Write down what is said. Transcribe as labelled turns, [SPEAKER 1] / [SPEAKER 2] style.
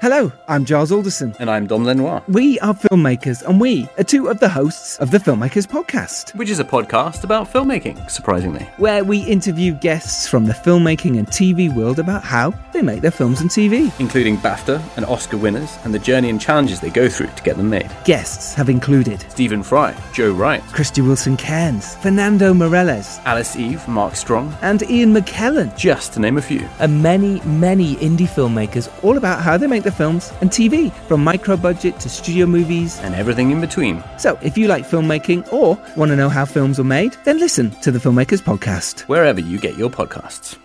[SPEAKER 1] Hello, I'm Giles Alderson.
[SPEAKER 2] And I'm Dom Lenoir,
[SPEAKER 1] We are filmmakers, and we are two of the hosts of the Filmmakers Podcast,
[SPEAKER 2] which is a podcast about filmmaking, surprisingly.
[SPEAKER 1] where we interview guests from the filmmaking and TV world about how they make their films and TV.
[SPEAKER 2] Including BAFTA and Oscar winners and the journey and challenges they go through to get them made.
[SPEAKER 1] Guests have included
[SPEAKER 2] Stephen Fry, Joe Wright,
[SPEAKER 1] Christy Wilson Cairns, Fernando Morelles,
[SPEAKER 2] Alice Eve, Mark Strong,
[SPEAKER 1] and Ian McKellen,
[SPEAKER 2] just to name a few.
[SPEAKER 3] and many, many indie filmmakers.
[SPEAKER 1] all about how they make their films and TV, from micro budget to studio movies.
[SPEAKER 2] And everything in between.
[SPEAKER 1] So, if you like filmmaking or want to know how films are made, then listen to the Filmmakers Podcast.
[SPEAKER 2] Wherever you get your podcasts.